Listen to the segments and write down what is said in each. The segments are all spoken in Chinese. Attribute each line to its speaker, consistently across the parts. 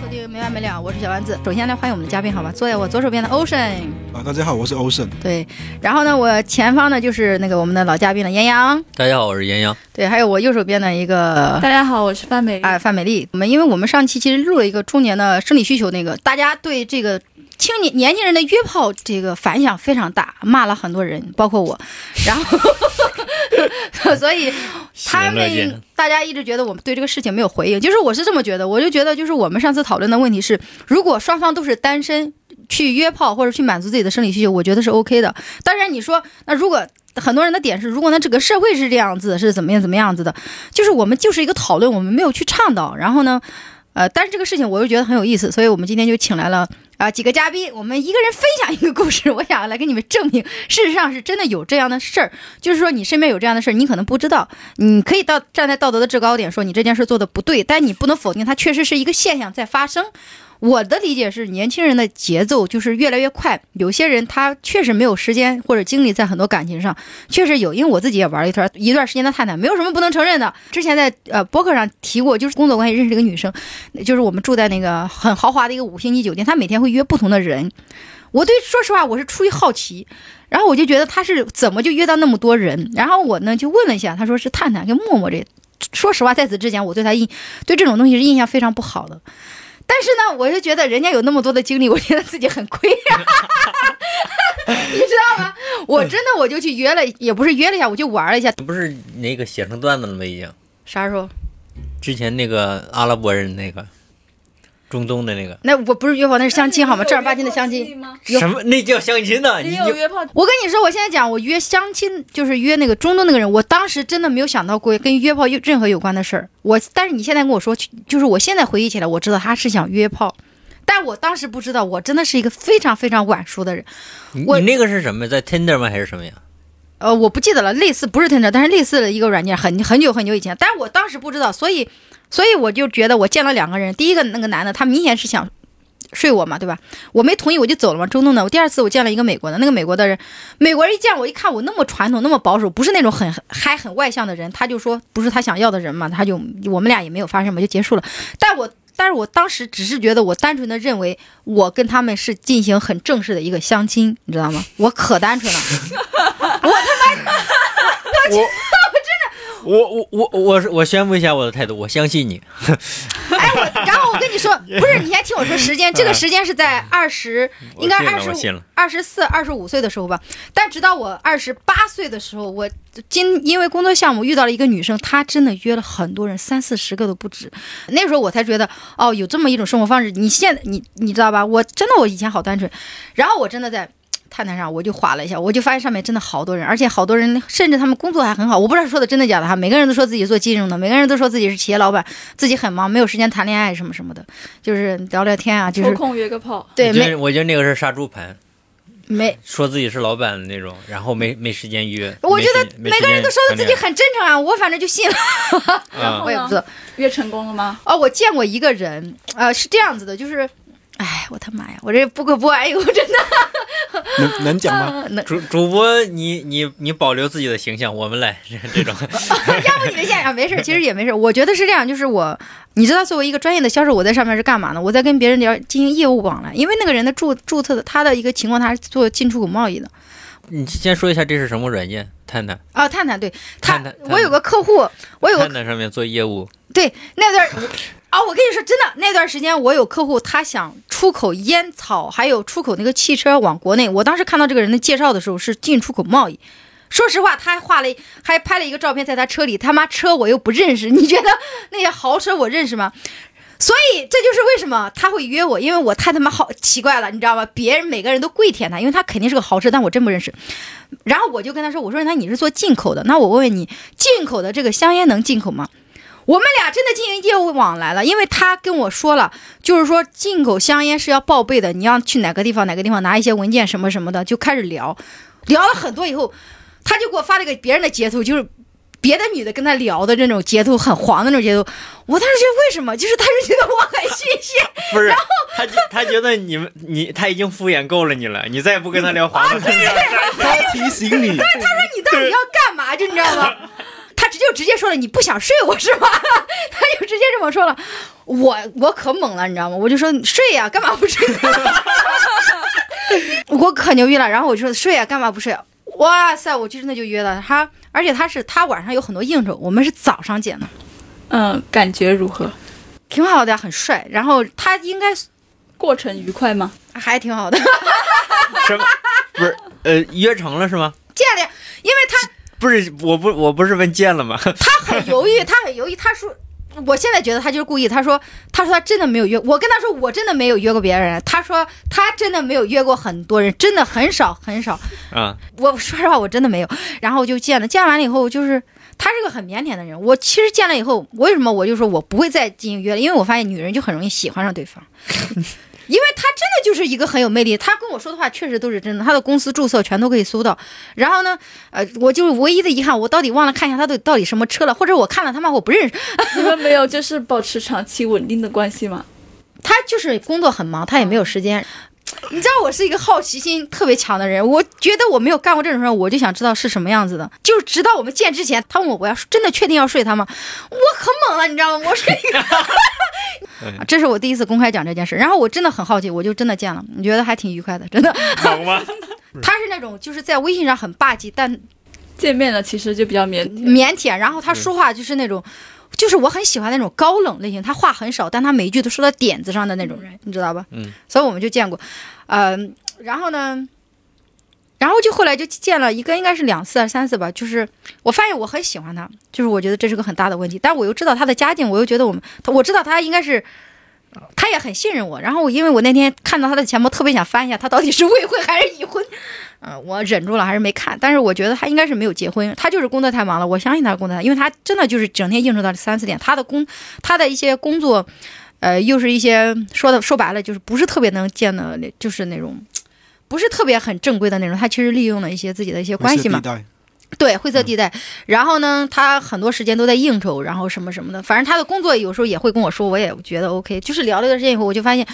Speaker 1: 这里有没完没了，我是小丸子。首先来欢迎我们的嘉宾，好吧？坐在我左手边的 Ocean，
Speaker 2: 啊，大家好，我是欧胜。
Speaker 1: 对，然后呢，我前方呢就是那个我们的老嘉宾了，严阳，
Speaker 3: 大家好，我是严阳。
Speaker 1: 对，还有我右手边的一个
Speaker 4: 大家好，我是范美。
Speaker 1: 啊，范美丽。我们因为我们上期其实录了一个中年的生理需求，那个大家对这个青年年轻人的约炮这个反响非常大，骂了很多人，包括我。然后， 所以他
Speaker 3: 人乐见
Speaker 1: 们大家一直觉得我们对这个事情没有回应，就是我是这么觉得，我就觉得就是我们上次讨论的问题是，如果双方都是单身去约炮或者去满足自己的生理需求，我觉得是 OK 的。当然，你说那如果很多人的点是，如果那整个社会是这样子，是怎么样怎么样子的，就是我们就是一个讨论，我们没有去倡导。然后呢，呃，但是这个事情我又觉得很有意思，所以我们今天就请来了。啊，几个嘉宾，我们一个人分享一个故事，我想来给你们证明，事实上是真的有这样的事儿。就是说，你身边有这样的事儿，你可能不知道，你可以到站在道德的制高点说你这件事做的不对，但你不能否定它确实是一个现象在发生。我的理解是，年轻人的节奏就是越来越快，有些人他确实没呃有时间或者精力在很多感情上，确实有，因为我自己也玩了一段一段时间的探探，没有什么不能承认的。之前在呃博客上提过，就是工作关系认识了一个女生，就是我们住在那个很豪华的一个五星级酒店，她每天会约不同的人。我对，说实话，我是出于好奇，然后我就觉得她是怎么就约到那么多人，然后我呢就问了一下，她说是探探跟陌陌这。说实话，在此之前，我对她印对这种东西是印象非常不好的。但是呢，我就觉得人家有那么多的精力，我觉得自己很亏呀、 你知道吗？我真的我就去约了，也不是约了一下，我就玩了一下。
Speaker 3: 不是那个写成段子了吗？已经，
Speaker 1: 啥时候？
Speaker 3: 之前那个阿拉伯人那个，中东的那个
Speaker 1: 那我不是约炮，那是相亲好吗？正儿八经的相亲。哎
Speaker 4: 吗？
Speaker 1: 有
Speaker 3: 什么？那叫相亲呢？你
Speaker 4: 你有
Speaker 3: 就
Speaker 4: 约炮？
Speaker 1: 我跟你说，我现在讲，我约相亲就是约那个中东那个人，我当时真的没有想到过跟约炮有任何有关的事儿。我，但是你现在跟我说，就是我现在回忆起来，我知道他是想约炮，但我当时不知道，我真的是一个非常非常晚熟的人。
Speaker 3: 你
Speaker 1: 我
Speaker 3: 你那个是什么？在 Tinder 吗？还是什么呀？
Speaker 1: 呃，我不记得了，类似不是 Tinder，但是类似的一个软件，很很久很久以前，但是我当时不知道，所以所以我就觉得我见了两个人，第一个那个男的，他明显是想睡我嘛，对吧？我没同意，我就走了嘛，中东的。我第二次我见了一个美国的，那个美国的人，美国人一见我一看我那么传统，那么保守，不是那种很很嗨很外向的人，他就说不是他想要的人嘛，他就我们俩也没有发生嘛，就结束了。但我。但是我当时只是觉得，我单纯的认为我跟他们是进行很正式的一个相亲，你知道吗？我可单纯了，
Speaker 3: 我我我我我是我宣布一下我的态度，我相信你。
Speaker 1: 哎，我然后我跟你说，不是，你先听我说时间，这个时间是在二十，
Speaker 3: 我
Speaker 1: 应该
Speaker 3: 信了
Speaker 1: 二十
Speaker 3: 我信了
Speaker 1: 二十四、二十五岁的时候吧。但直到我二十八岁的时候，我今因为工作项目遇到了一个女生，她真的约了很多人，三四十个都不止。那时候我才觉得，哦，有这么一种生活方式。你现在你你知道吧？我真的我以前好单纯，然后我真的在。探探上我就划了一下，我就发现上面真的好多人，而且好多人甚至他们工作还很好，我不知道说的真的假的哈。每个人都说自己做金融的，每个人都说自己是企业老板，自己很忙，没有时间谈恋爱什么什么的，就是聊聊天啊，就
Speaker 4: 抽
Speaker 1: 是
Speaker 4: 空约个炮，
Speaker 1: 对
Speaker 3: 我觉
Speaker 1: 没
Speaker 3: 得我觉得那个是杀猪盘，
Speaker 1: 没，
Speaker 3: 说自己是老板的那种，然后没没时间约。
Speaker 1: 我觉
Speaker 3: 没
Speaker 1: 得
Speaker 3: 时没
Speaker 1: 每
Speaker 3: 时
Speaker 1: 个人
Speaker 3: 间
Speaker 1: 都说的自己很真诚啊，我反正就信了，
Speaker 3: 谈恋爱啊
Speaker 1: 我也不知道。
Speaker 4: 约成功了吗？
Speaker 1: 哦，我见过一个人，呃，是这样子的，就是，哎，我他妈呀，我这不可不哎呦，我 真的
Speaker 2: 能能讲吗？
Speaker 3: 主主播，你你你保留自己的形象，我们来这这种。
Speaker 1: 要不你们现场啊没事儿，其实也没事儿。我觉得是这样，就是我，你知道，作为一个专业的销售，我在上面是干嘛呢？我在跟别人聊进行业务往来，因为那个人的注注册的他的一个情况，他是做进出口贸易的
Speaker 3: 你先说一下这是什么软件？探探，
Speaker 1: 啊。探探对他，
Speaker 3: 探探探探
Speaker 1: 我有个客户，我有个
Speaker 3: 探探上面做业务，
Speaker 1: 对那段儿啊、我跟你说真的，那段时间我有客户，他想出口烟草，还有出口那个汽车往国内。我当时看到这个人的介绍的时候是进出口贸易。说实话，他还画了一，还拍了一个照片，在他车里。他妈车我又不认识，你觉得那些豪车我认识吗？所以这就是为什么他会约我，因为我太他妈好奇怪了，你知道吗？别人每个人都跪舔他，因为他肯定是个豪车，但我真不认识。然后我就跟他说：“我说那你是做进口的，那我问问你，进口的这个香烟能进口吗？”我们俩真的进行业务往来了，因为他跟我说了，就是说进口香烟是要报备的，你要去哪个地方哪个地方拿一些文件什么什么的，就开始聊，聊了很多以后，他就给我发了一个别人的截图，就是别的女的跟他聊的那种截图，很黄的那种截图。我当时觉得为什么，就是他是觉得我很新鲜，
Speaker 3: 不是他觉他觉得你们你他已经敷衍够了你了，你再也不跟他聊黄的事情了。
Speaker 2: 他提醒你，
Speaker 1: 你到底要干嘛，就你知道吗？他直接就直接说了你不想睡我是吧？ 他就直接这么说了，我我可猛了，你知道吗？我就说你睡呀、干嘛不睡？ 我可牛逼了，然后我就说睡呀、干嘛不睡、啊？哇塞，我就真的就约了他，而且他是他晚上有很多应酬，我们是早上见的，
Speaker 4: 嗯，感觉如何？
Speaker 1: 挺好的，很帅。然后他应该是
Speaker 4: 过程愉快吗？
Speaker 1: 还挺好的，
Speaker 3: 什 么？不是，呃，约成了是吗？
Speaker 1: 见了呀，因为他
Speaker 3: 不是，我不，我不是问见了吗？
Speaker 1: 他很犹豫，他很犹豫，他说。我现在觉得他就是故意。他说：“他说他真的没有约，我跟他说我真的没有约过别人。他说他真的没有约过很多人，真的很少很少。
Speaker 3: 啊，
Speaker 1: 我说实话，我真的没有。然后就见了，见完了以后，就是他是个很腼腆的人。我其实见了以后，为什么我就说我不会再进行约了？因为我发现女人就很容易喜欢上对方，因为他真的就是一个很有魅力。他跟我说的话确实都是真的，他的公司注册全都可以搜到。然后呢，呃，我就是唯一的遗憾，我到底忘了看一下他到底到底什么车了，或者我看了他妈我不认识。
Speaker 4: 你们没有就是保持长期稳定的关系吗？
Speaker 1: 他就是工作很忙，他也没有时间。嗯你知道我是一个好奇心特别强的人，我觉得我没有干过这种事儿，我就想知道是什么样子的。就是直到我们见之前，他问我我要真的确定要睡他吗？我可猛了，你知道吗？我是一个
Speaker 3: 嗯，
Speaker 1: 这是我第一次公开讲这件事，然后我真的很好奇，我就真的见了，你觉得还挺愉快的，真的。
Speaker 3: 懂吗？
Speaker 1: 他是那种就是在微信上很霸气，但
Speaker 4: 见面了，其实就比较腼腆。
Speaker 1: 腼腆，然后他说话就是那种，就是我很喜欢那种高冷类型，他话很少，但他每一句都说到点子上的那种 人，你知道吧？
Speaker 3: 嗯，
Speaker 1: 所以我们就见过，嗯、然后呢，然后就后来就见了一个，应该是两次还是三次吧，就是我发现我很喜欢他，就是我觉得这是个很大的问题，但我又知道他的家境，我又觉得我们，他我知道他应该是。他也很信任我，然后我因为我那天看到他的钱包，特别想翻一下他到底是未婚还是已婚，嗯，我忍住了，还是没看。但是我觉得他应该是没有结婚，他就是工作太忙了。我相信他工作太，因为他真的就是整天应酬到三四点。他的工，他的一些工作，呃，又是一些说的说白了就是不是特别能见的那，就是那种不是特别很正规的那种。他其实利用了一些自己的一些关系嘛，
Speaker 2: 代，
Speaker 1: 对，灰色地带。然后呢，他很多时间都在应酬，然后什么什么的。反正他的工作有时候也会跟我说，我也觉得 OK。就是聊了一段时间以后，我就发现，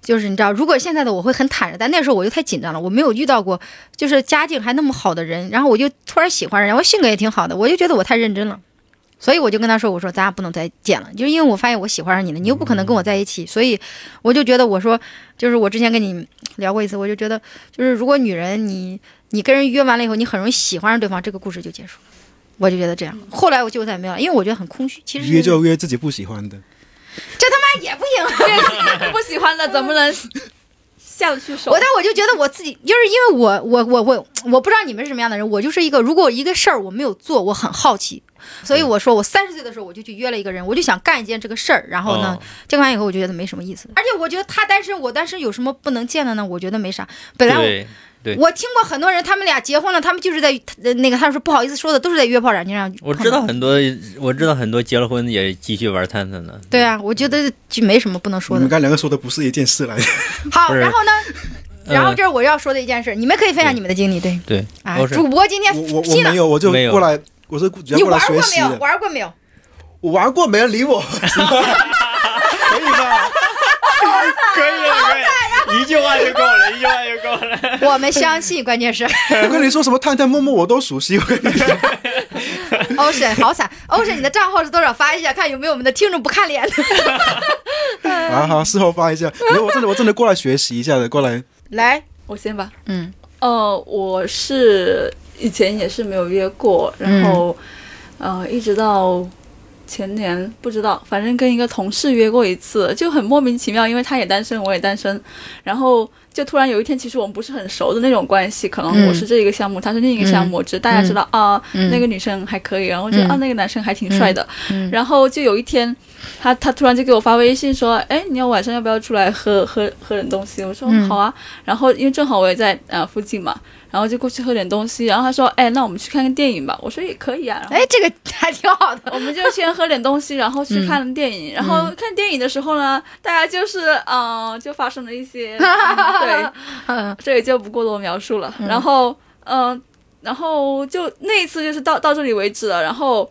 Speaker 1: 就是你知道，如果现在的我会很坦然，但那时候我就太紧张了，我没有遇到过就是家境还那么好的人。然后我就突然喜欢人，然后性格也挺好的，我就觉得我太认真了。所以我就跟他说：“我说咱俩不能再见了，就是因为我发现我喜欢上你了，你又不可能跟我在一起，所以我就觉得我说，就是我之前跟你聊过一次，我就觉得就是如果女人你你跟人约完了以后，你很容易喜欢上对方，这个故事就结束了。我就觉得这样，后来我就再也没有了，因为我觉得很空虚。其实
Speaker 2: 约就约自己不喜欢的，
Speaker 1: 那也不行，
Speaker 4: 不喜欢的怎么能下得去手
Speaker 1: 我？但我就觉得我自己，就是因为我我我我我不知道你们是什么样的人，我就是一个如果一个事儿我没有做，我很好奇，所以我说我三十岁的时候我就去约了一个人，我就想干一件这个事儿，然后呢，
Speaker 3: 哦
Speaker 1: 见完以后我就觉得没什么意思，而且我觉得他单身，我单身有什么不能见的呢？我觉得没啥。本来我
Speaker 3: 对，对
Speaker 1: 我听过很多人，他们俩结婚了，他们就是在呃那个他们说不好意思说的，都是在约炮软件上。
Speaker 3: 我知道。很多，我知道很多结了婚也继续玩探探的。
Speaker 1: 对啊，我觉得就没什么不能说的
Speaker 2: 你们。刚才两个说的不是一件事来的，
Speaker 1: 好，
Speaker 3: 不是
Speaker 1: 然 后呢，
Speaker 3: 嗯
Speaker 1: 然后这是我要说的一件事，你们可以分享你们的经历，对。
Speaker 3: 对，
Speaker 1: 啊
Speaker 3: 我，是
Speaker 1: 主播今天
Speaker 2: 我我
Speaker 1: 信
Speaker 2: 我
Speaker 1: 了
Speaker 2: 没，有，我就
Speaker 3: 没有
Speaker 2: 过来，我是主要
Speaker 1: 你
Speaker 2: 过来
Speaker 1: 玩过
Speaker 2: 学
Speaker 1: 没
Speaker 2: 习
Speaker 1: 有？
Speaker 2: 的，
Speaker 1: 玩过没有？
Speaker 2: 我玩过没人理我，可以吧？
Speaker 3: 可以了，可以，一句话就够了，一句话就够了。
Speaker 1: 我们相信，关键是
Speaker 2: 我跟你说什么探探陌陌我都熟悉，我跟你讲
Speaker 1: Ocean 好惨，Ocean 你的账号是多少？发一下看有没有我们的听众不看脸的。
Speaker 2: 啊好，事后发一下，没有，我真的我真的过来学习一下的，过来，
Speaker 1: 嗯来，
Speaker 4: 我先吧。
Speaker 1: 嗯，
Speaker 4: 呃，我是以前也是没有约过，然后、
Speaker 1: 嗯
Speaker 4: 呃，一直到前年不知道，反正跟一个同事约过一次，就很莫名其妙，因为他也单身，我也单身，然后就突然有一天，其实我们不是很熟的那种关系，可能
Speaker 1: 嗯
Speaker 4: 我是这一个项目，他是另一个项目，只是大家知道、啊，那个女生还可以，然后
Speaker 1: 嗯
Speaker 4: 就、啊那个男生还挺帅的，然后就有一天。他他突然就给我发微信说，哎，你要晚上要不要出来喝喝喝点东西？我说、嗯、好啊，然后因为正好我也在呃附近嘛，然后就过去喝点东西。然后他说：“哎，那我们去看个电影吧。”我说：“也可以啊。”然后
Speaker 1: 哎，这个还挺好 的。
Speaker 4: 我们就先喝点东西，然后
Speaker 1: 嗯
Speaker 4: 去看电影。然后看电影的时候呢，大家就是嗯、呃就发生了一些， 嗯对，这里就不过多描述了。然后嗯、呃然后就那一次就是到到这里为止了。然后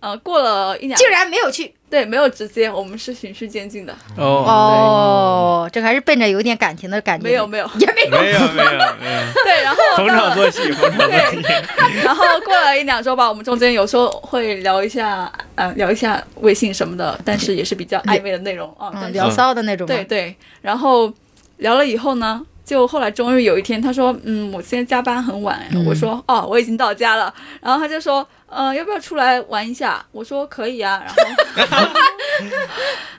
Speaker 4: 呃，过了一两
Speaker 1: 竟然没有去
Speaker 4: 对，没有直接，我们是循序渐进的，
Speaker 3: 哦，
Speaker 1: 哦，这个还是奔着有点感情的感觉，
Speaker 4: 没有没有，
Speaker 1: 也没有。
Speaker 3: 没有没 有没有，
Speaker 4: 对，然后
Speaker 3: 逢场作戏，逢场作戏。
Speaker 4: 然后过了一两周吧，我们中间有时候会聊一下，呃，聊一下微信什么的，但是也是比较暧昧的内容啊。
Speaker 1: 嗯，
Speaker 4: 但是
Speaker 1: 聊骚的那种嘛。
Speaker 4: 对对，然后聊了以后呢，就后来终于有一天，他说，嗯，我现在加班很晚，
Speaker 1: 嗯
Speaker 4: 我说，哦，我已经到家了。然后他就说，呃，要不要出来玩一下？我说可以啊。然后，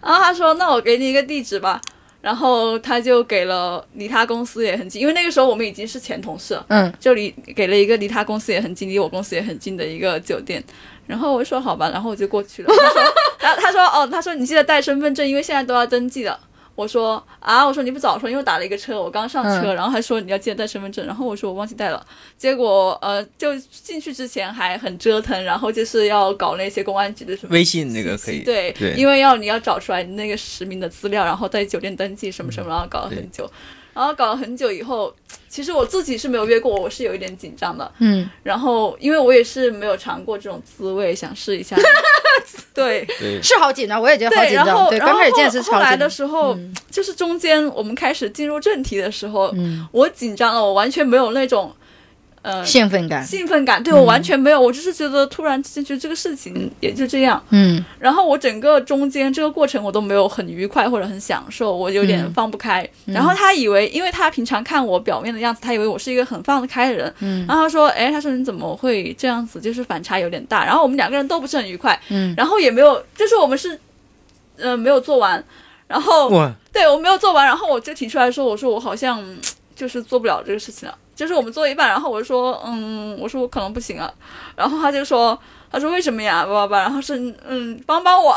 Speaker 4: 然后他说，那我给你一个地址吧。然后他就给了离他公司也很近，因为那个时候我们已经是前同事了。
Speaker 1: 嗯，
Speaker 4: 就离给了一个离他公司也很近，离我公司也很近的一个酒店。然后我就说好吧，然后我就过去了。他说，他他说哦，他说你记得带身份证，因为现在都要登记了。我说啊，我说你不早说，因为我打了一个车，我刚上车，然后还说你要记得带身份证，然后我说我忘记带了。结果呃，就进去之前还很折腾，然后就是要搞那些公安局的什么
Speaker 3: 微信那个可以，
Speaker 4: 对，
Speaker 3: 对
Speaker 4: 因为要你要找出来你那个实名的资料，然后在酒店登记什么什么，然后搞了很久，然后搞了很久以后，其实我自己是没有约过，我是有一点紧张的。
Speaker 1: 嗯，
Speaker 4: 然后因为我也是没有尝过这种滋味，想试 一下。对
Speaker 3: 对，
Speaker 1: 是好紧张，我也觉得好
Speaker 4: 对，
Speaker 1: 紧
Speaker 4: 然
Speaker 1: 张。
Speaker 4: 后
Speaker 1: 对，
Speaker 4: 然后
Speaker 1: 刚开始见是
Speaker 4: 后
Speaker 1: 超紧
Speaker 4: 来
Speaker 1: 嗯
Speaker 4: 的
Speaker 1: 张。
Speaker 4: 时候，就是中间我们开始进入正题的时候，
Speaker 1: 嗯
Speaker 4: 我紧张了，我完全没有那种。呃，
Speaker 1: 兴奋感，
Speaker 4: 兴奋感，对我完全没有，我就是觉得突然之间觉得这个事情也就这样，
Speaker 1: 嗯
Speaker 4: 然后我整个中间这个过程我都没有很愉快或者很享受，我有
Speaker 1: 嗯
Speaker 4: 点放不开。然后他以为，因为他平常看我表面的样子，他以为我是一个很放得开的人。
Speaker 1: 嗯
Speaker 4: 然后他说：“哎，他说你怎么会这样子？就是反差有点大。”然后我们两个人都不是很愉快，
Speaker 1: 嗯，
Speaker 4: 然后也没有，就是我们是，呃，没有做完。然后
Speaker 3: 哇，
Speaker 4: 对我没有做完，然后我就提出来说，我说我好像嗯就是做不了这个事情了，就是我们做一半，然后我就说，嗯，我说我可能不行了，然后他就说，他说为什么呀，叭叭叭，然后是嗯，帮帮我，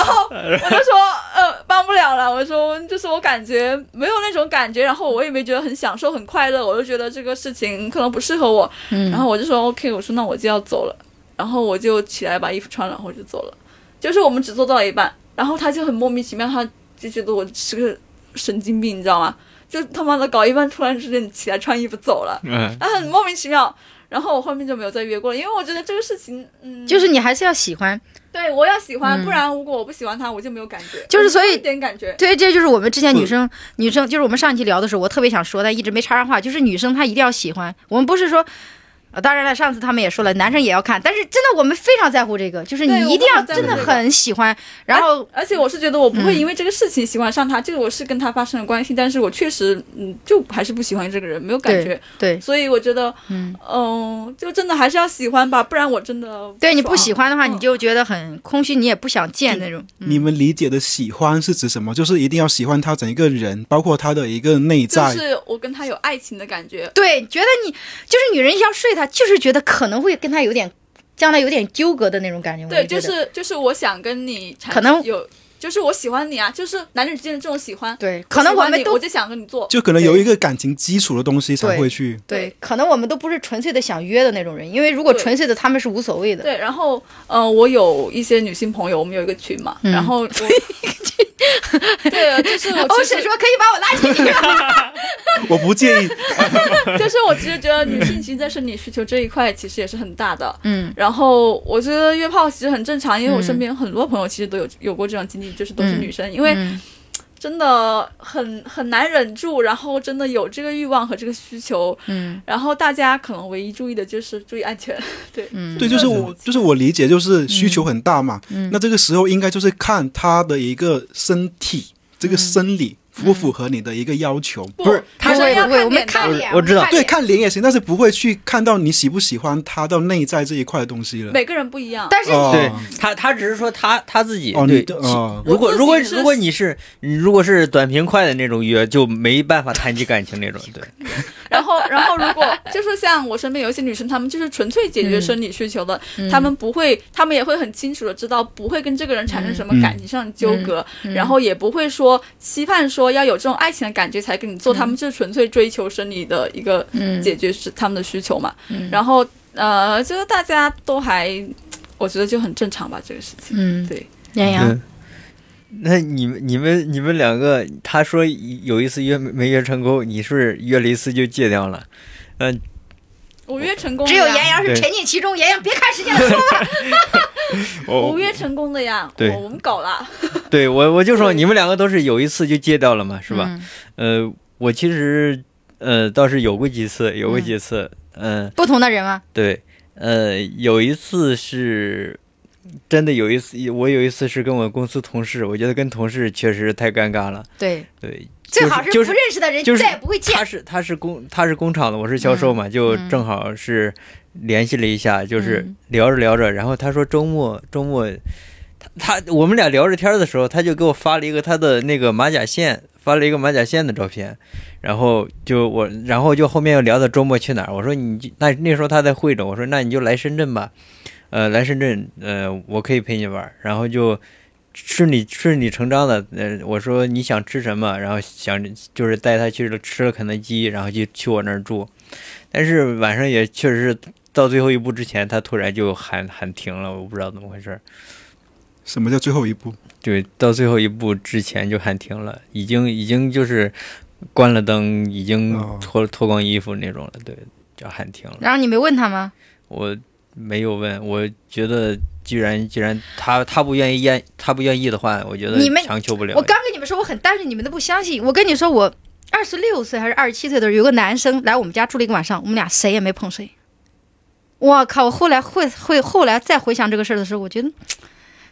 Speaker 4: 后我就说，呃，帮不了了，我说就是我感觉没有那种感觉，然后我也没觉得很享受很快乐，我就觉得这个事情可能不适合我，
Speaker 1: 嗯
Speaker 4: 然后我就说 OK，我说那我就要走了，然后我就起来把衣服穿了，然后我就走了。就是我们只做到一半，然后他就很莫名其妙，他就觉得我是个神经病，你知道吗？就他妈的搞一半，突然之间起来穿衣服走了，
Speaker 3: 嗯，
Speaker 4: 他很莫名其妙。然后我后面就没有再约过了，因为我觉得这个事情，嗯，
Speaker 1: 就是你还是要喜欢。
Speaker 4: 对我要喜欢，
Speaker 1: 嗯
Speaker 4: 不然如果我不喜欢他，我就没有感觉，
Speaker 1: 就是所以
Speaker 4: 我没有一点感觉，
Speaker 1: 对，这就是我们之前女生女生，就是我们上一期聊的时候，我特别想说，但一直没插上话。就是女生她一定要喜欢，我们不是说。呃当然了，上次他们也说了，男生也要看，但是真的我们非常在乎这个，就是你
Speaker 4: 对我
Speaker 1: 一定要
Speaker 4: 们很在乎
Speaker 1: 真的
Speaker 4: 这个哎
Speaker 1: 很喜欢，然后
Speaker 4: 而且我是觉得我不会因为这个事情喜欢上他，这个我是跟他发生了关系，但是我确实，嗯，就还是不喜欢这个人，没有感觉。
Speaker 1: 对
Speaker 4: 所以我觉得，
Speaker 1: 嗯
Speaker 4: 嗯、就真的还是要喜欢吧，不然我真的
Speaker 1: 对，你不喜
Speaker 4: 欢。
Speaker 1: 欢的话，
Speaker 4: 嗯
Speaker 1: 你就觉得很空虚，你也不想见那种。嗯
Speaker 2: 你们理解的喜欢是指什么？就是一定要喜欢他整一个人，包括他的一个内
Speaker 4: 就
Speaker 2: 在。
Speaker 4: 是我跟他有爱情的感觉，
Speaker 1: 对，觉得你就是女人要睡他，就是觉得可能会跟他有点，将来有点纠葛的那种感觉。我
Speaker 4: 对，
Speaker 1: 觉
Speaker 4: 就
Speaker 1: 得
Speaker 4: 是就是我想跟你产
Speaker 1: 可能
Speaker 4: 有，就是我喜欢你啊，就是男女之间的这种喜欢，
Speaker 1: 对，可能
Speaker 4: 我喜欢
Speaker 1: 们
Speaker 4: 你
Speaker 1: 都
Speaker 4: 我就想跟你做，
Speaker 2: 就可能有一个感情基础的东西才会去，
Speaker 1: 对，可能我们都不是纯粹的想约的那种人，因为如果
Speaker 4: 对
Speaker 1: 纯粹的他们是无所谓的。
Speaker 4: 对，然后呃，我有一些女性朋友，我们有一个群嘛，然 后我嗯对，啊就是我
Speaker 1: 欧
Speaker 4: 其
Speaker 1: 婶
Speaker 4: 实
Speaker 1: 哦说可以把 我拉进去。
Speaker 2: 我不介意。
Speaker 4: 啊哦就是我其实觉得女性其实在生理需求这一块其实也是很大的，
Speaker 1: 嗯
Speaker 4: 然后我觉得约炮其实很正常，因为我身边很多朋友其实都有有过这种经历，就是都是女生，因为
Speaker 1: 嗯
Speaker 4: 真的很很难忍住，然后真的有这个欲望和这个需求，
Speaker 1: 嗯
Speaker 4: 然后大家可能唯一注意的就是注意安全，对，
Speaker 1: 嗯，
Speaker 2: 对，就是我，就是我理解，就是需求很大嘛。那这个时候应该就是看他的一个身体，这个生理符不符合你的一个要求。
Speaker 4: 不
Speaker 3: 不是
Speaker 1: 嗯不
Speaker 4: 是
Speaker 1: 会
Speaker 4: 要
Speaker 1: 不会，
Speaker 4: 看
Speaker 1: 我们
Speaker 4: 脸
Speaker 1: 看
Speaker 4: 的。
Speaker 1: 脸，
Speaker 3: 我知道
Speaker 1: 们
Speaker 2: 对，
Speaker 1: 脸
Speaker 2: 看脸也行，但是不会去看到你喜不喜欢他到内在这一块的东西了。
Speaker 4: 每个人不一样，
Speaker 1: 但是
Speaker 2: 哦
Speaker 3: 对他，他只是说他他自己
Speaker 2: 哦，你
Speaker 3: 对
Speaker 2: 的。
Speaker 3: 其
Speaker 2: 哦，
Speaker 3: 如果
Speaker 4: 我自己
Speaker 3: 如果
Speaker 4: 是
Speaker 3: 如果你是你如果是短平快的那种约，就没办法谈及感情那种， 对，
Speaker 4: 然后，然后如果 就是像我身边有一些女生，她们就是纯粹
Speaker 1: 嗯
Speaker 4: 解决生理需求的，她们不会，她们也会很清楚的知道不会跟这个人产
Speaker 1: 嗯
Speaker 4: 生什么
Speaker 3: 嗯
Speaker 4: 感情上的纠葛，然后也不会说期盼说要有这种爱情的感觉才跟你
Speaker 1: 嗯
Speaker 4: 做，她们就是纯粹追求生理的一个解决是她们的需求嘛。
Speaker 1: 嗯
Speaker 4: 然后呃，就是大家都还，我觉得就很正常吧，这个事 情。
Speaker 1: 嗯，
Speaker 4: 对，
Speaker 1: 杨洋
Speaker 3: 嗯。那你们、你们、你们两个，他说有一次约没没约成功，你是不是约了一次就戒掉了？
Speaker 4: 我约成功了
Speaker 1: 只
Speaker 4: 呀
Speaker 1: 有杨洋是
Speaker 3: 对
Speaker 1: 沉浸其中，杨洋别看时间了，说吧。
Speaker 3: 我
Speaker 4: 我约成功的呀，哦
Speaker 3: 对
Speaker 4: 我我们搞了，
Speaker 3: 对我我就说
Speaker 4: 对嗯
Speaker 3: 你们两个都是有一次就戒掉了嘛， 是
Speaker 1: 嗯
Speaker 3: 吧？呃，我其实呃倒是有过几次，有过几次，嗯、
Speaker 1: 不同的人吗？
Speaker 3: 对，呃，有一次是真的有一次，我有一次是跟我公司同事，我觉得跟同事确实太尴尬了，
Speaker 1: 对，
Speaker 3: 对，
Speaker 1: 最好是
Speaker 3: 就
Speaker 1: 不
Speaker 3: 是
Speaker 1: 认识的人
Speaker 3: 就是
Speaker 1: 再也不会见
Speaker 3: 他。是他是工他是工厂的，我是销售
Speaker 1: 嗯
Speaker 3: 嘛，就正好是联系了一下，就是
Speaker 1: 嗯
Speaker 3: 聊着聊着，然后他说周末周末，他他我们俩聊着天儿的时候，他就给我发了一个他的那个马甲线，发了一个马甲线的照片，然后就我然后就后面又聊到周末去哪儿，我说你就那那时候他在惠州，我说那你就来深圳吧，呃来深圳呃我可以陪你玩儿，然后就。顺理顺理成章的，呃，我说你想吃什么，然后想就是带他去了吃了肯德基，然后就去我那儿住，但是晚上也确实是到最后一步之前，他突然就喊喊停了，我不知道怎么回事儿，
Speaker 2: 什么叫最后一步？
Speaker 3: 对，到最后一步之前就喊停了，已经已经就是关了灯，已经
Speaker 2: 哦
Speaker 3: 脱脱光衣服那种了，对，就喊停了。
Speaker 1: 然后你没问他吗？
Speaker 3: 我没有问，我觉得既然既然他他不愿意愿他不愿意的话，我觉得
Speaker 1: 你们
Speaker 3: 强求不了。
Speaker 1: 我刚跟你们说我很单纯，你们都不相信。我跟你说，我二十六岁还是二十七岁的时候，有个男生来我们家住了一个晚上，我们俩谁也没碰谁。我靠！我后来会会后来再回想这个事儿的时候，我觉得嘖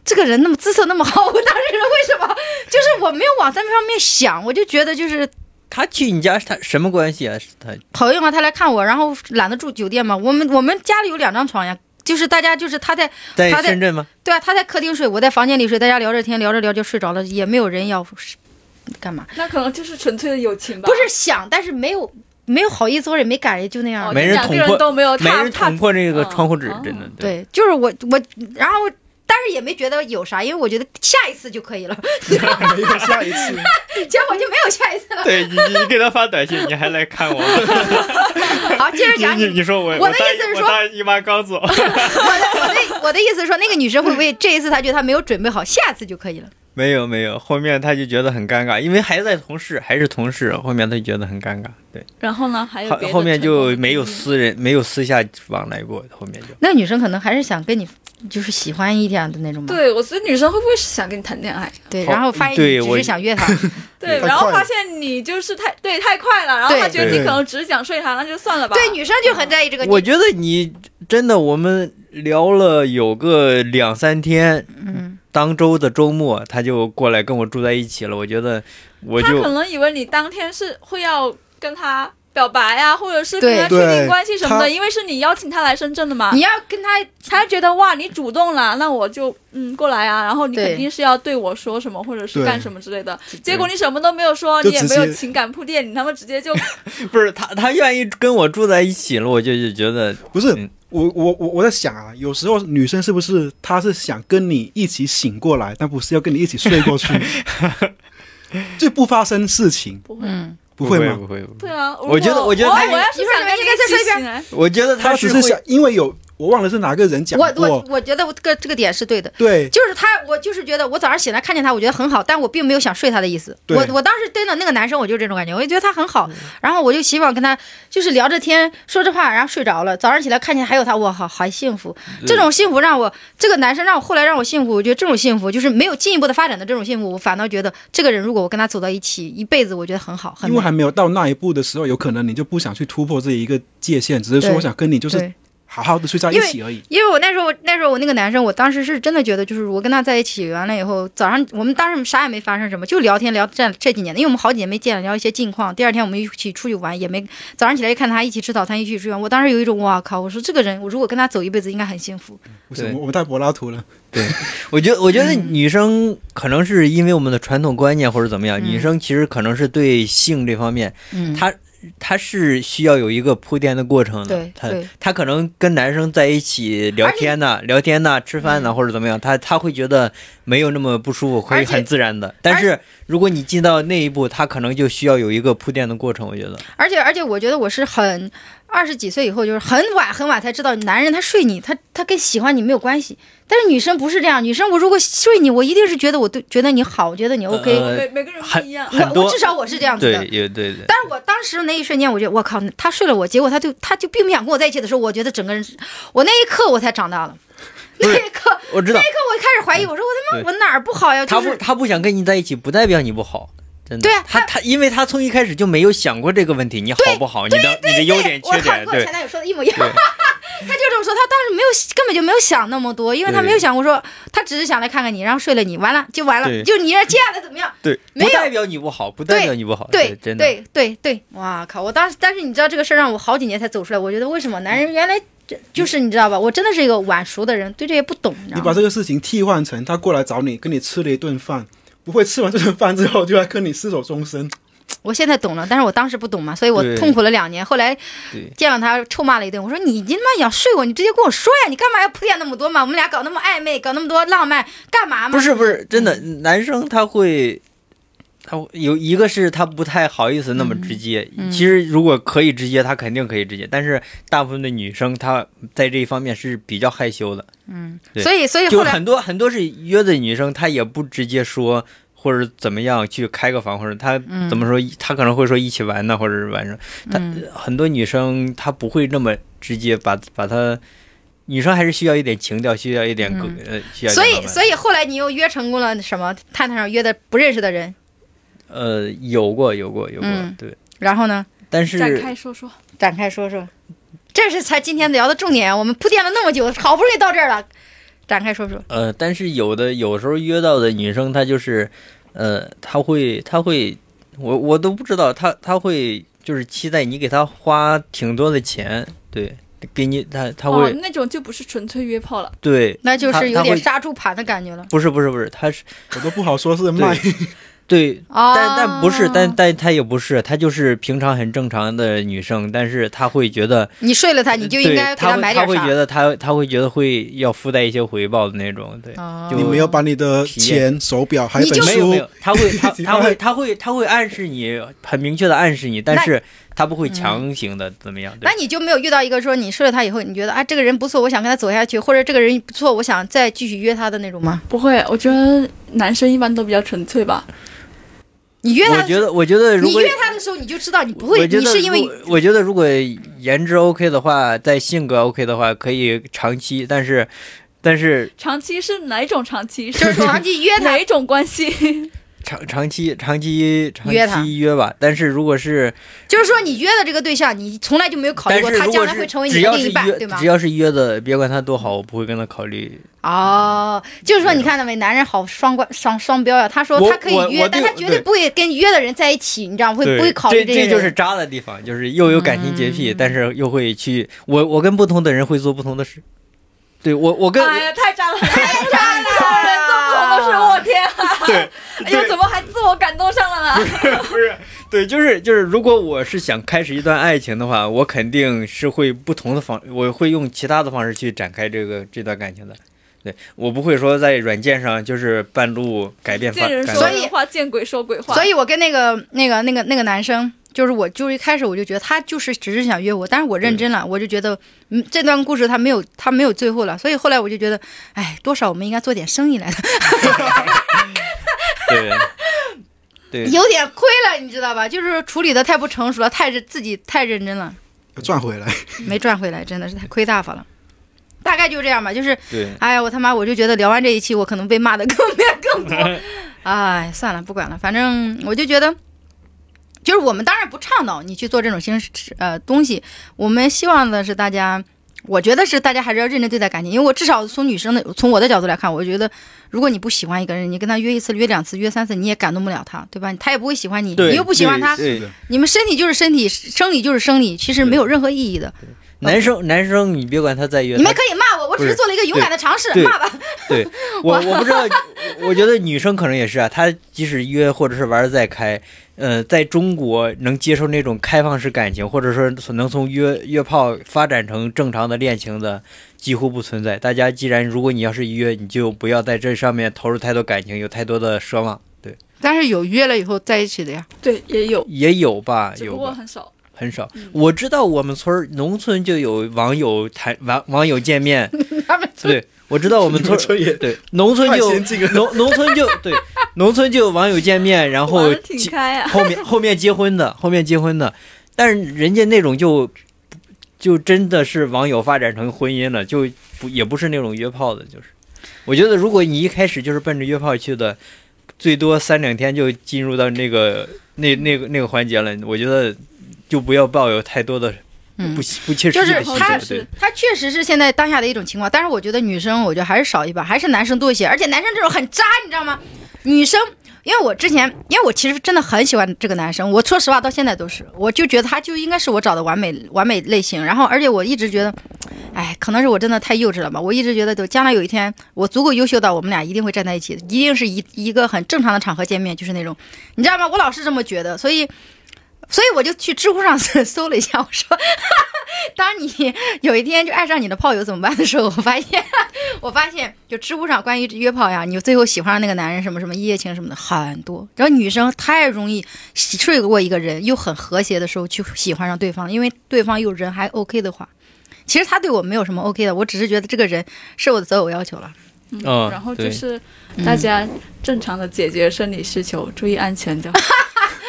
Speaker 1: 这个人那么姿色那么好，我当时为什么就是我没有往这方面想，我就觉得就是
Speaker 3: 他去你家，他什么关系啊？他
Speaker 1: 朋友嘛，他来看我，然后懒得住酒店嘛，我们 我们家里有两张床呀，就是大家就是他在
Speaker 3: 在
Speaker 1: 他在
Speaker 3: 深圳吗？
Speaker 1: 对啊，他在客厅睡，我在房间里睡，大家聊着天聊着聊就睡着了，也没有人要干嘛。
Speaker 4: 那可能就是纯粹的友情吧。
Speaker 1: 不是想，但是没有没有好意思或者没敢，也就那样。
Speaker 4: 哦，
Speaker 1: 了。
Speaker 3: 没
Speaker 4: 就
Speaker 3: 人
Speaker 4: 两个
Speaker 3: 捅
Speaker 4: 人
Speaker 3: 破
Speaker 4: 都没有
Speaker 3: 没
Speaker 4: 踏
Speaker 3: 人
Speaker 4: 踏
Speaker 3: 捅破那个窗户纸
Speaker 4: 哦，
Speaker 3: 真的。对，
Speaker 1: 对，就是我我，然后但是也没觉得有啥，因为我觉得下一次就可以了，
Speaker 2: 没有下一次，
Speaker 1: 结果就没有下一次了。
Speaker 3: 对你你你给他发短信，你还来看我？
Speaker 1: 好，接着讲你。
Speaker 3: 说我
Speaker 1: 我的意思是说
Speaker 3: 大姨妈刚走，
Speaker 1: 我的我的我的意思是说，那个女生会不会这一次她觉得她没有准备好，下次就可以了？
Speaker 3: 没有没有，后面他就觉得很尴尬，因为还在同事还是同事，后面他就觉得很尴尬。对，
Speaker 4: 然后呢，还有
Speaker 3: 后
Speaker 4: 别的
Speaker 3: 后面
Speaker 4: 成功的
Speaker 3: 就没有
Speaker 4: 经历
Speaker 3: 私人没有私下往来过，后面就
Speaker 1: 那个女生可能还是想跟你就是喜欢一点的那种吧。
Speaker 4: 对，我所以女生会不会是想跟你谈恋爱？啊
Speaker 1: 对，
Speaker 3: 好
Speaker 1: 然后发现
Speaker 3: 对
Speaker 1: 你只
Speaker 3: 我
Speaker 1: 是想约她，
Speaker 4: 对，
Speaker 2: 太
Speaker 4: 然后
Speaker 2: 快
Speaker 4: 发
Speaker 2: 了
Speaker 4: 现你就是太对太快了，然后
Speaker 1: 对
Speaker 4: 他觉得你
Speaker 2: 对
Speaker 4: 可能只是想睡他，那就算了吧。
Speaker 1: 对，女生就很在意这个。
Speaker 3: 我觉得你真的，我们聊了有个两三天，
Speaker 1: 嗯，
Speaker 3: 当周的周末他就过来跟我住在一起了。我觉得我
Speaker 4: 他
Speaker 3: 就
Speaker 4: 可能以为你当天是会要跟他表白啊，或者是跟他确
Speaker 2: 对
Speaker 4: 定
Speaker 2: 对
Speaker 4: 关系什么的，
Speaker 2: 他
Speaker 4: 因为是你邀请他来深圳的嘛
Speaker 1: 你，要跟她
Speaker 4: 他觉得哇，你主动了，那我就嗯过来啊，然后你
Speaker 1: 对
Speaker 4: 肯定是要对我说什么或者是
Speaker 2: 对
Speaker 4: 干什么之类的，结果你什么都没有说，你
Speaker 2: 就
Speaker 4: 也
Speaker 2: 直
Speaker 4: 没有
Speaker 2: 接
Speaker 4: 情感铺垫，你他妈直接就
Speaker 3: 不是他，他愿意跟我住在一起了，我就就觉得
Speaker 2: 不是
Speaker 3: 嗯
Speaker 2: 我我我我在想啊，有时候女生是不是她是想跟你一起醒过来，但不是要跟你一起睡过 去，这不发生事情，
Speaker 4: 不会。
Speaker 1: 嗯，
Speaker 2: 不会吗？
Speaker 3: 不会，不会
Speaker 4: 对啊，
Speaker 3: 我觉得
Speaker 4: 如果
Speaker 3: 我觉得
Speaker 4: 我
Speaker 3: 他
Speaker 4: 我要
Speaker 1: 你
Speaker 4: 是
Speaker 1: 说
Speaker 4: 想
Speaker 1: 你们
Speaker 4: 跟
Speaker 1: 应该再说一遍
Speaker 4: 一起
Speaker 3: 我觉得他
Speaker 2: 她只
Speaker 3: 是
Speaker 2: 是
Speaker 3: 会
Speaker 2: 想，因为有我忘了是哪个人讲
Speaker 1: 我我
Speaker 2: 过，
Speaker 1: 我觉得我这个这个点是对的。
Speaker 2: 对
Speaker 1: 就是他，我就是觉得我早上醒来看见他，我觉得很好，但我并没有想睡他的意思。
Speaker 2: 对嗯
Speaker 1: 我我当时真的那个男生，我就这种感觉，我就觉得他很好，然后我就希望跟他就是聊着天，说着话，然后睡着了。早上起来看见还有他，我好好幸福。这种幸福让我这个男生让我后来让我幸福，我觉得这种幸福就是没有进一步的发展的这种幸福，我反倒觉得这个人如果我跟他走到一起一辈子，我觉得很好，很
Speaker 2: 因为
Speaker 1: 美
Speaker 2: 还没有到那一步的时候，有可能你就不想去突破这一个界限，只是说
Speaker 1: 对
Speaker 2: 我想跟你就是
Speaker 1: 对。
Speaker 2: 好好的睡在一起而已。
Speaker 1: 因为我那时候，那时候我那个男生，我当时是真的觉得，就是我跟他在一起完了以后，早上我们当时啥也没发生什么，就聊天聊这这几年的，因为我们好几年没见了，聊一些近况。 第二天我们一起出去玩，也没早上起来一看他一起吃早餐，一起出去玩，我当时有一种哇靠，我说这个人，我如果跟他走一辈子应该很幸福。
Speaker 2: 不是
Speaker 3: 对
Speaker 2: 我我们太柏拉图了，
Speaker 3: 我觉得，
Speaker 1: 嗯
Speaker 3: 我觉得女生可能是因为我们的传统观念或者怎么样，
Speaker 1: 嗯
Speaker 3: 女生其实可能是对性这方面，
Speaker 1: 嗯
Speaker 3: 她她是需要有一个铺垫的过程的
Speaker 1: 对。
Speaker 3: 她
Speaker 1: 对
Speaker 3: 她可能跟男生在一起聊天呐、聊天呐、吃饭呐、
Speaker 1: 嗯
Speaker 3: 或者怎么样，她她会觉得没有那么不舒服，
Speaker 1: 而
Speaker 3: 会
Speaker 1: 且
Speaker 3: 很自然的。但是如果你进到那一步，她可能就需要有一个铺垫的过程。我觉得，
Speaker 1: 而且而且我觉得我是很二十几岁以后，就是很晚很晚才知道，男人他睡你，他他跟喜欢你没有关系。但是女生不是这样，女生我如果睡你，我一定是觉得我对觉得你好，我觉得你 OK，、
Speaker 3: 呃
Speaker 4: 每每个人不
Speaker 3: 很
Speaker 4: 一样。
Speaker 3: 很
Speaker 1: 我我
Speaker 3: 多
Speaker 1: 至少我是这样子的。
Speaker 3: 对，也对对。
Speaker 1: 但是我当时那一瞬间，我觉得我靠，他睡了我，结果他就他就并不想跟我在一起的时候，我觉得整个人，我那一刻我才长大了。那
Speaker 3: 不
Speaker 1: 一
Speaker 3: 是
Speaker 1: 刻，
Speaker 3: 我知道
Speaker 1: 那一刻我开始怀疑，我说我他妈
Speaker 3: 对
Speaker 1: 我哪儿不好呀？
Speaker 3: 他
Speaker 1: 就
Speaker 3: 不
Speaker 1: 是
Speaker 3: 他不想跟你在一起，不代表你不好。真的，
Speaker 1: 对啊
Speaker 3: 他他，因为他从一开始就没有想过这个问题，你好不好，你的你的优点
Speaker 1: 我
Speaker 3: 缺
Speaker 1: 靠，
Speaker 3: 点，
Speaker 1: 跟我
Speaker 3: 对
Speaker 1: 前，男友说的一模一样。
Speaker 3: 对
Speaker 1: 他就这么说，他当时没有根本就没有想那么多，因为他
Speaker 3: 对
Speaker 1: 没有想过说，他只是想来看看你，然后睡了你，完了就完了，
Speaker 3: 对
Speaker 1: 就你这接下来怎么样？
Speaker 3: 对，
Speaker 1: 没有
Speaker 3: 不代表你不好，不代表你不好，
Speaker 1: 对，
Speaker 3: 真的，
Speaker 1: 对对对，哇靠！我当时，但是你知道这个事儿让我好几年才走出来。我觉得为什么男人原来这就是你知道吧？我真的是一个晚熟的人，对这些不懂，你
Speaker 2: 你
Speaker 1: 知道
Speaker 2: 把
Speaker 1: 吗？
Speaker 2: 这个事情替换成他过来找你，跟你吃了一顿饭，不会吃完这顿饭之后就来跟你厮守终身。
Speaker 1: 我现在懂了，但是我当时不懂嘛，所以我
Speaker 3: 对
Speaker 1: 痛苦了两年。后来
Speaker 3: 对
Speaker 1: 见到他，臭骂了一顿。我说你他妈想睡我，你直接跟我说呀！你干嘛要铺垫那么多嘛？我们俩搞那么暧昧，搞那么多浪漫，干嘛嘛？
Speaker 3: 不是不是，真的，男生他会，他会有一个是他不太好意思那么直接，
Speaker 1: 嗯
Speaker 3: 其实如果可以直接，他肯定可以直接，但是大部分的女生她在这一方面是比较害羞的，对
Speaker 1: 所以所以
Speaker 3: 就
Speaker 1: 后来
Speaker 3: 很多很多是约的女生，她也不直接说。或者怎么样去开个房，或者她
Speaker 1: 嗯
Speaker 3: 怎么说，她可能会说一起玩呢，或者是晚上，她、很多女生她不会那么直接把把她，女生还是需要一点情调，需要一点个、呃，需要
Speaker 1: 嗯
Speaker 3: 一点
Speaker 1: 所
Speaker 3: 浪
Speaker 1: 以
Speaker 3: 漫
Speaker 1: 所以后来你又约成功了什么？探探上约的不认识的人，
Speaker 3: 呃，有过，有过，有过，
Speaker 1: 嗯
Speaker 3: 对。
Speaker 1: 然后呢？
Speaker 3: 但是
Speaker 4: 展开说说，
Speaker 1: 展开说说，这是才今天聊的重点。我们铺垫了那么久，好不容易到这儿了，展开说说。
Speaker 3: 呃，但是有的有时候约到的女生，她就是，呃，她会，她会，我我都不知道，她她会就是期待你给她花挺多的钱，对，给你她她
Speaker 4: 哦
Speaker 3: 会、，
Speaker 4: 那种就不是纯粹约炮了，
Speaker 3: 对，
Speaker 1: 那就是有
Speaker 3: 她她
Speaker 1: 点
Speaker 3: 会
Speaker 1: 杀猪盘的感觉了。
Speaker 3: 不是不是不是，她是
Speaker 2: 我都不好说是卖，
Speaker 3: 对，
Speaker 1: 哦，
Speaker 3: 但但不是，但但她也不是，她就是平常很正常的女生，但是她会觉得
Speaker 1: 你睡了他，你就应
Speaker 3: 对
Speaker 1: 该给
Speaker 3: 她会
Speaker 1: 买
Speaker 3: 她
Speaker 1: 点
Speaker 3: 会觉
Speaker 1: 啥。
Speaker 3: 得她她会觉得会要附带一些回报的那种，对。
Speaker 1: 哦
Speaker 3: 就
Speaker 2: 你没有把你的钱、手表还有一本
Speaker 1: 你
Speaker 3: 没有没
Speaker 2: 书
Speaker 3: 有，，他会他
Speaker 2: 其他
Speaker 3: 他会他会他会暗示你，很明确的暗示你，但是他不会强行
Speaker 1: 嗯
Speaker 3: 的怎么样。对
Speaker 1: 那你就没有遇到一个说你睡了他以后，你觉得啊这个人不错，我想跟他走下去，或者这个人不错，我想再继续约他的那种吗？
Speaker 4: 不会，我觉得男生一般都比较纯粹吧。
Speaker 1: 你约
Speaker 3: 我
Speaker 1: 他，
Speaker 3: 觉得我觉得如
Speaker 1: 你
Speaker 3: 果
Speaker 1: 约他的时候，你就知道你不会，
Speaker 3: 我觉
Speaker 1: 你
Speaker 3: 得
Speaker 1: 是因为
Speaker 3: 如我觉得如果颜值 OK 的话，在性格 OK 的话，可以长期，但是但是
Speaker 4: 长期是哪种长期？
Speaker 1: 就是是长期约他
Speaker 4: 哪，种关系？
Speaker 3: 长长期长期长
Speaker 1: 约他
Speaker 3: 期约吧。但是如果是
Speaker 1: 就是说你约的这个对象，你从来就没有考虑
Speaker 3: 但
Speaker 1: 过
Speaker 3: 是
Speaker 1: 他
Speaker 3: 如
Speaker 1: 将
Speaker 3: 果
Speaker 1: 来
Speaker 3: 是
Speaker 1: 会成为你
Speaker 3: 只
Speaker 1: 的
Speaker 3: 要
Speaker 1: 另
Speaker 3: 是
Speaker 1: 一半，对
Speaker 3: 约
Speaker 1: 吗
Speaker 3: 只？要是约的，别管他多好，我不会跟他考虑。
Speaker 1: 哦，就是说你看到没，男人好双关双双标呀、他说
Speaker 3: 我
Speaker 1: 他可以
Speaker 3: 我
Speaker 1: 约，
Speaker 3: 我
Speaker 1: 但
Speaker 3: 对
Speaker 1: 他绝对
Speaker 3: 对
Speaker 1: 不会跟约的人在一起，你知道吗会
Speaker 3: 对，
Speaker 1: 不会考虑
Speaker 3: 这
Speaker 1: 个人？嗯
Speaker 3: 就是渣的地方，就是又有感情洁癖，但是又会去我我跟不同的人会做不同的事。对我我跟、
Speaker 4: 哎呀，太渣了，太渣了！
Speaker 1: 好
Speaker 4: 好人做不同的事，我天啊！
Speaker 3: 对
Speaker 4: 哎呀，怎么还自我感动上了呢？
Speaker 3: 不是对，就是就是，如果我是想开始一段爱情的话，我肯定是会不同的方，我会用其他的方式去展开这个这段感情的。对我不会说在软件上就是半路改变方
Speaker 4: 见人
Speaker 3: 感
Speaker 4: 说
Speaker 1: 所以
Speaker 3: 情。
Speaker 4: 人话，见鬼说鬼话。
Speaker 1: 所以我跟那个那个那个那个男生，就是我就是一开始我就觉得他就是只是想约我，但是我认真了，我就觉得嗯这段故事他没有他没有最后了，所以后来我就觉得，哎，多少我们应该做点生意来的，
Speaker 3: 对对
Speaker 1: 有点亏了，你知道吧？就是处理的太不成熟了，太认自己太认真了，
Speaker 2: 赚回来。
Speaker 1: 没赚回来，真的是太亏大发了。大概就这样吧，就是
Speaker 3: 对，
Speaker 1: 哎呀，我他妈，我就觉得聊完这一期，我可能被骂的更面更多。哎，算了，不管了，反正我就觉得，就是我们当然不倡导你去做这种形式呃东西，我们希望的是大家。我觉得是大家还是要认真对待感情，因为我至少从女生的从我的角度来看，我觉得如果你不喜欢一个人，你跟他约一次、约两次、约三次，你也感动不了他，对吧？他也不会喜欢你，
Speaker 3: 对
Speaker 1: 你又不喜欢他，
Speaker 3: 对对
Speaker 1: 你们身体就是身体，生理就是生理，其实没有任何意义的。
Speaker 3: 男生男生，你别管他再约，
Speaker 1: 你
Speaker 3: 他
Speaker 1: 们可以骂我，我只是做了一个勇敢的尝试，
Speaker 3: 对
Speaker 1: 骂吧。
Speaker 3: 对我，我不知道，我我觉得女生可能也是啊，她即使约或者是玩的再开，呃，在中国能接受那种开放式感情，或者说能从约约炮发展成正常的恋情的，几乎不存在。大家既然如果你要是约，你就不要在这上面投入太多感情，有太多的奢望。对，
Speaker 5: 但是有约了以后在一起的呀。
Speaker 4: 对，也有，
Speaker 3: 也有吧，
Speaker 4: 只
Speaker 3: 有
Speaker 4: 不过嗯
Speaker 3: 吧，
Speaker 4: 很少。
Speaker 3: 很少。我知道我们村儿农村就有网友谈网网友见 面，对。我知道我们村
Speaker 2: 农
Speaker 3: 儿
Speaker 2: 村也
Speaker 3: 对，农村
Speaker 2: 太
Speaker 3: 就
Speaker 2: 先进了
Speaker 3: 农农村就对，农村就有网友见面，然
Speaker 4: 玩
Speaker 3: 后
Speaker 4: 得挺
Speaker 3: 结
Speaker 4: 开啊！
Speaker 3: 后面后面结婚的，后面结婚的，但是人家那种就就真的是网友发展成婚姻了，就不也不是那种约炮的，就是我觉得如果你一开始就是奔着约炮去的，最多三两天就进入到那个那那个那个环节了，我觉得就不要抱有太多的
Speaker 1: 嗯
Speaker 3: 不不切实
Speaker 1: 就
Speaker 3: 际
Speaker 1: 是
Speaker 3: 的希
Speaker 1: 他
Speaker 3: 望，
Speaker 4: 是
Speaker 3: 对。
Speaker 1: 它确实是现在当下的一种情况，但是我觉得女生，我觉得还是少一半，还是男生多一些。而且男生这种很渣，你知道吗？女生，因为我之前，因为我其实真的很喜欢这个男生，我说实话到现在都是，我就觉得他就应该是我找的完美完美类型。然后，而且我一直觉得，哎，可能是我真的太幼稚了吧。我一直觉得，就将来有一天我足够优秀到我们俩一定会站在一起，一定是一一个很正常的场合见面，就是那种，你知道吗？我老是这么觉得，所以。所以我就去知乎上搜了一下，我说，当你有一天就爱上你的炮友怎么办的时候，我发现， 我发现就知乎上关于约炮呀，你最后喜欢上那个男人什么什么一夜情什么的很多。然后女生太容易喜睡过一个人，又很和谐的时候去喜欢上对方，因为对方又人还 OK 的话，其实他对我没有什么 OK 的，我只是觉得这个人是我的择偶要求了。
Speaker 3: 嗯
Speaker 4: 然后就
Speaker 3: 对
Speaker 4: 是大家正常的解决生理需求，注意安全就好，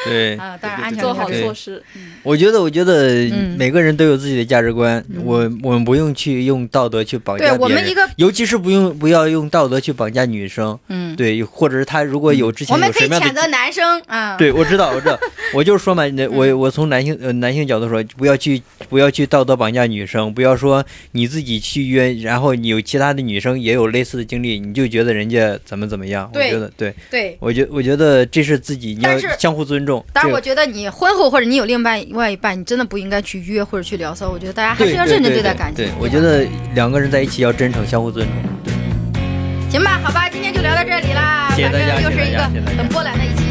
Speaker 3: 对
Speaker 1: 啊当然
Speaker 3: 嗯对
Speaker 1: 安全
Speaker 4: 做好
Speaker 3: 对
Speaker 4: 措施。嗯
Speaker 3: 我觉得，我觉得
Speaker 1: 嗯
Speaker 3: 每个人都有自己的价值观，我我们不用去用道德去绑架
Speaker 1: 对
Speaker 3: 别人，
Speaker 1: 我们一个，
Speaker 3: 尤其是不用不要用道德去绑架女生，
Speaker 1: 嗯，
Speaker 3: 对，或者是她如果有之前
Speaker 1: 我们
Speaker 3: 有
Speaker 1: 可
Speaker 3: 什
Speaker 1: 以
Speaker 3: 么样的
Speaker 1: 谴责男生啊，嗯
Speaker 3: 对，我知道，我知道， 我就是说嘛，那我我从男性呃男性角度说，不要去不要去道德绑架女生，不要说你自己去约，然后你有其他的女生也有类似的经历，你就觉得人家怎么怎么样。我
Speaker 1: 对
Speaker 3: 觉得，对
Speaker 1: 对。
Speaker 3: 我觉我觉得这是自己你要
Speaker 1: 但是
Speaker 3: 相互尊重。
Speaker 1: 但
Speaker 3: 这
Speaker 1: 是我
Speaker 3: 个
Speaker 1: 觉得你婚后或者你有另外另外一半，你真的不应该去约或者去聊骚。我觉得大家还
Speaker 3: 对
Speaker 1: 是要
Speaker 3: 对
Speaker 1: 认真
Speaker 3: 对
Speaker 1: 待感情。
Speaker 3: 对，我
Speaker 1: 吧
Speaker 3: 觉得两个人在一起要真诚，相互尊重。
Speaker 1: 行吧，好吧，今天就聊到这里啦。
Speaker 3: 谢谢
Speaker 1: 反
Speaker 3: 大家
Speaker 1: 正又是一
Speaker 3: 谢谢
Speaker 1: 个
Speaker 3: 大家谢谢大家
Speaker 1: 很波澜的一期。